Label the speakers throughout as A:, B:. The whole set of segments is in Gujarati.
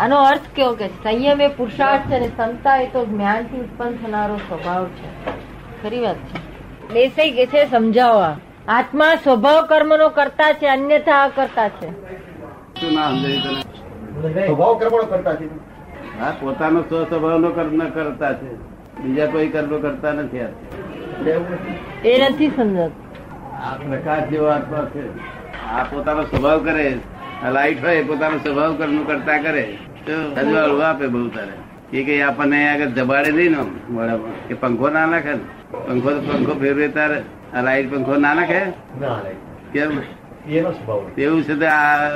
A: આનો અર્થ કેવો કે સંયમ એ પુરુષાર્થ છે અને ક્ષમતા એ તો જ્ઞાનથી ઉત્પન્ન થનારો સ્વભાવ છે ખરી વાત છે દેસાઈ કે છે સમજાવવા આત્મા સ્વભાવ કર્મનો કરતા છે અન્યથા અકર્તા છે
B: શું ના સમજાય તને
C: સ્વભાવ કર્મણો કરતા છે
B: હા પોતાનો સ્વ સ્વભાવનો કર્મ ન કરતા છે બીજા કોઈ કર્મ કરતા નથી આ.
C: એટલે એવું
A: એ
C: નથી.
A: નથી સમજાતું
B: આ પ્રકાશ જેવો આત્મા છે આ પોતાનો સ્વભાવ કરે આ લાઈટ હોય એ પોતાનો સ્વભાવ કર્મ કરતા કરે તો સજવાળું આપે બહુ તારે એ કઈ આપણને આગળ દબાડે નહીં ને મોઢામાં કે પંખો ના નાખે ને પંખો તો પંખો ફેરવે તારે આ લાઈટ પંખો ના નાખે
C: ના રે.
B: કેમ
C: એનો સ્વભાવ નથી.
B: એવું છે તે આ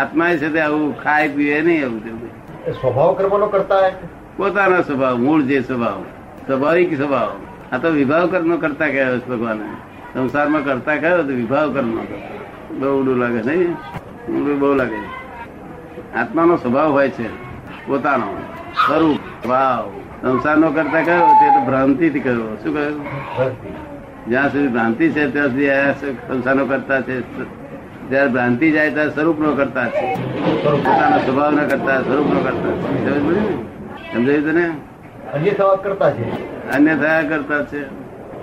B: આત્મા છે તે આવું ખાય પીવે નહીં આવું તેવું
C: એ સ્વભાવ કર્મનો કરતા હે.
B: પોતાનો સ્વભાવ મૂળ જે સ્વભાવ સ્વાભાવિક સ્વભાવ આ તો વિભાવ કર્મ કરતા કહેવાય છે ભગવાને સંસારમાં કરતા કયો તો વિભાવ કર્મ બહુ ઊંડું લાગે નહીં ઊંડું બહુ લાગે આત્માનો સ્વભાવ હોય છે પોતાનો સ્વરૂપ ભાવ સંસારનો કરતા કયો તે તો ભ્રાંતિથી કયો શું કહ્યું
C: ભક્તિ.
B: જ્યાં સુધી ભ્રાંતિ છે ત્યાં સુધી આ સંસારનો કરતા છે જ્યારે ભ્રાંતિ જાય ત્યારે સ્વરૂપનો કરતા છે
C: સ્વરૂપ.
B: પોતાના સ્વભાવના કરતા સ્વરૂપનો કરતા છે સમજ પડી ને? સમજાયું તને
C: અન્ય સવાલ કરતા છે
B: અન્યથા કરતા છે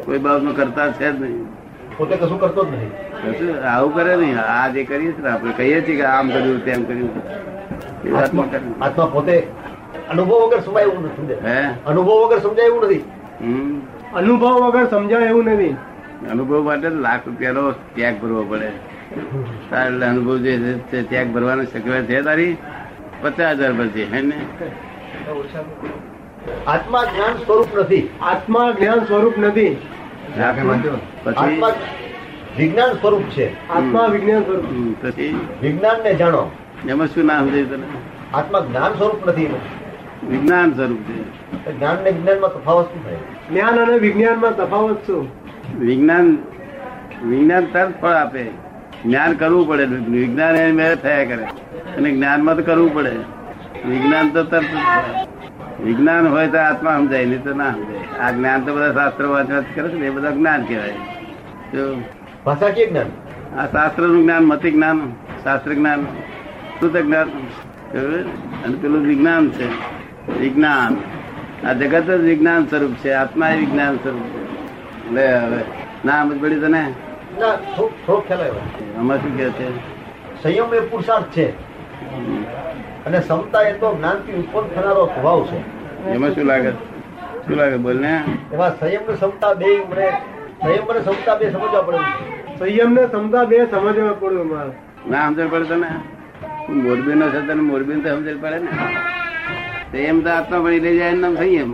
B: કોઈ બાબતનો કરતા છે જ નહીં
C: પોતે કશું કરતો જ નથી
B: કશું આવું કરે નહીં આ જે કરીએ છીએ ને આપણે કહીએ છીએ કે આમ કર્યું તેમ કર્યું એ વાત ન
C: આત્મા
B: કરવી.
C: આત્મા પોતે અનુભવ વગર સમજાય એવું નથી સમજાય.
B: હે
C: અનુભવ વગર સમજાય એવું નથી
B: હમ
D: અનુભવ વગર સમજાય એવું નથી
B: અનુભવ માટે લાખ રૂપિયાનો ત્યાગ ભરવો પડે તારે એટલે અનુભવ જે છે તે ત્યાગ ભરવાનો શક્ય છે તારી પચાસ હજાર ભરજે હે ને
C: આત્મા જ્ઞાન સ્વરૂપ નથી
D: આત્મા જ્ઞાન સ્વરૂપ નથી
B: પછી
C: આત્મા વિજ્ઞાન સ્વરૂપ છે
D: આત્મા વિજ્ઞાન સ્વરૂપ
B: હમ, પછી
C: વિજ્ઞાનને જાણો
B: એમાં શું નામ છે તને
C: આત્મા જ્ઞાન સ્વરૂપ નથી એનું.
B: વિજ્ઞાન સ્વરૂપ છે
C: તો જ્ઞાન ને વિજ્ઞાનમાં તફાવત શું થાય
D: જ્ઞાન અને વિજ્ઞાનમાં તફાવત શું
B: વિજ્ઞાન વિજ્ઞાન તરત ફળ આપે જ્ઞાન કરવું પડે વિજ્ઞાન એ મેળ થયા કરે અને જ્ઞાનમાં તો કરવું પડે વિજ્ઞાન તો તરત જ થાય. વિજ્ઞાન હોય તો આત્મા સમજાય નહીં તો ના સમજાય આ જ્ઞાન તો બધા શાસ્ત્રો વાંચવા કરે છે ને એ બધા જ્ઞાન કહેવાય જો
C: ભાષાકીય જ્ઞાન
B: આ શાસ્ત્રનું જ્ઞાન મતિ જ્ઞાન શાસ્ત્ર જ્ઞાન શુદ્ધ જ્ઞાન બરાબર? અને પેલું વિજ્ઞાન છે વિજ્ઞાન આ જગત જ વિજ્ઞાન સ્વરૂપ છે આત્મા એ વિજ્ઞાન સ્વરૂપ છે લે હવે ના સમજ પડી તને
C: ના થોડો થોડો ખ્યાલ આવ્યો
B: આમાં શું કહે છે
C: સંયમ એ પુરુષાર્થ છે અને સમતા એ તો જ્ઞાનથી ઉત્પન્ન થનારો સ્વભાવ છે
B: એમાં શું લાગે શું લાગે બોલ ને
C: એમાં સંયમ ને સમતા બે મને સંયમ અને સમતા બે સમજવા પડે
D: સંયમને સમતા બે સમજવા પડ્યું મારે
B: ના સમજણ પડે તને મોરબી નો છે તને મોરબી તો સમજણ પડે ને સંયમ તો આત્મા ભણી લઈ જાય એનું નામ સંયમ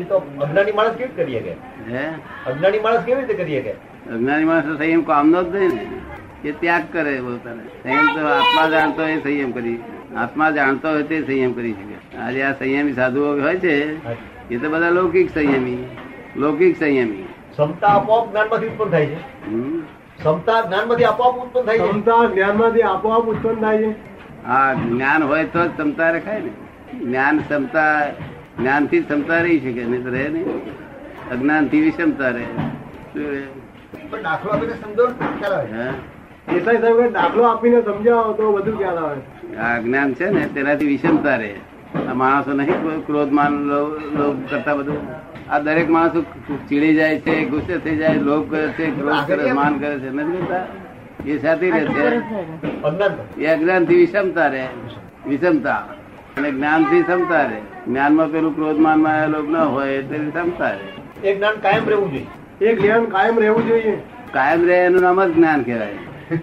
C: એ તો અજ્ઞાની માણસ કેવી રીતે કરી શકે
B: હે
C: અજ્ઞાની માણસ કેવી રીતે કરી શકે
B: અજ્ઞાની માણસ તો સંયમ કામનો જ નહીં ને એ ત્યાગ કરે પોતાને સંયમ તો આત્મા જાણતો હોય એ સંયમ કરી આત્મા જાણતો હોય તે સંયમ કરી શકે આજે આ સંયમી સાધુઓ હોય છે એ તો બધા લૌકિક સંયમી લૌકિક સંયમી
C: ક્ષમતા આપોઆપ જ્ઞાનમાંથી ઉત્પન્ન થાય છે
B: હમ.
C: ક્ષમતા જ્ઞાનમાંથી આપોઆપ ઉત્પન્ન થાય છે
D: સમતા જ્ઞાનમાંથી આપોઆપ ઉત્પન્ન થાય છે
B: આ જ્ઞાન હોય તો જ ક્ષમતા રખાય ને જ્ઞાન ક્ષમતા જ્ઞાનથી ક્ષમતા રહી શકે નહીં તો રહે નહીં અજ્ઞાનથી વિષમતા રહે શું રહે?
C: પણ દાખલો આપીને સમજાવવાનું ખ્યાલ આવે
B: હા
D: દેસાઈ સાહેબ દાખલો આપીને સમજાવો તો બધું ખ્યાલ આવે
B: આ અજ્ઞાન છે ને તેનાથી વિષમતા રહે આ માણસો નહીં કોઈ ક્રોધમાન લો- લોભ કરતા બધું આ દરેક માણસો ચીડી જાય છે ગુસ્સે થઈ જાય લોભ કરે છે ક્રોધ કરે છે, માન કરે છે નથી કરતા એ સાથે રહે છે
C: અજ્ઞાન
B: એ અજ્ઞાનથી વિષમતા રહે વિષમતા અને જ્ઞાનથી ક્ષમતા રહે જ્ઞાનમાં પેલું ક્રોધમાન માયા લોભ ન હોય એટલે વિષમતા રહે
C: એ જ્ઞાન કાયમ રહેવું જોઈએ
D: એ જ્ઞાન કાયમ રહેવું જોઈએ
B: કાયમ રહે એનું નામ જ જ્ઞાન કહેવાય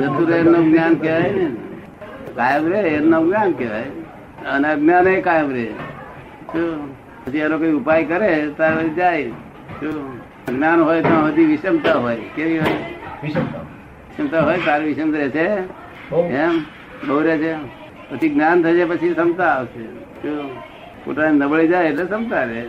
B: જતું રહે એનું નામ જ્ઞાન કહેવાય ને કાયમ રહે એનું નામ જ્ઞાન કહેવાય અને અજ્ઞાન એ કાયમ રહે શું? પછી એનો કોઈ ઉપાય કરે ત્યારે જાય શું? અજ્ઞાન હોય તો હજી વિષમતા હોય કેવી હોય
C: વિષમતા
B: વિષમતા હોય તારી વિષમ રહે છે
C: બહુ
B: એમ બહુ રહે છે પછી જ્ઞાન થશે પછી ક્ષમતા આવશે શું? પોતાને નબળી જાય એટલે ક્ષમતા રહે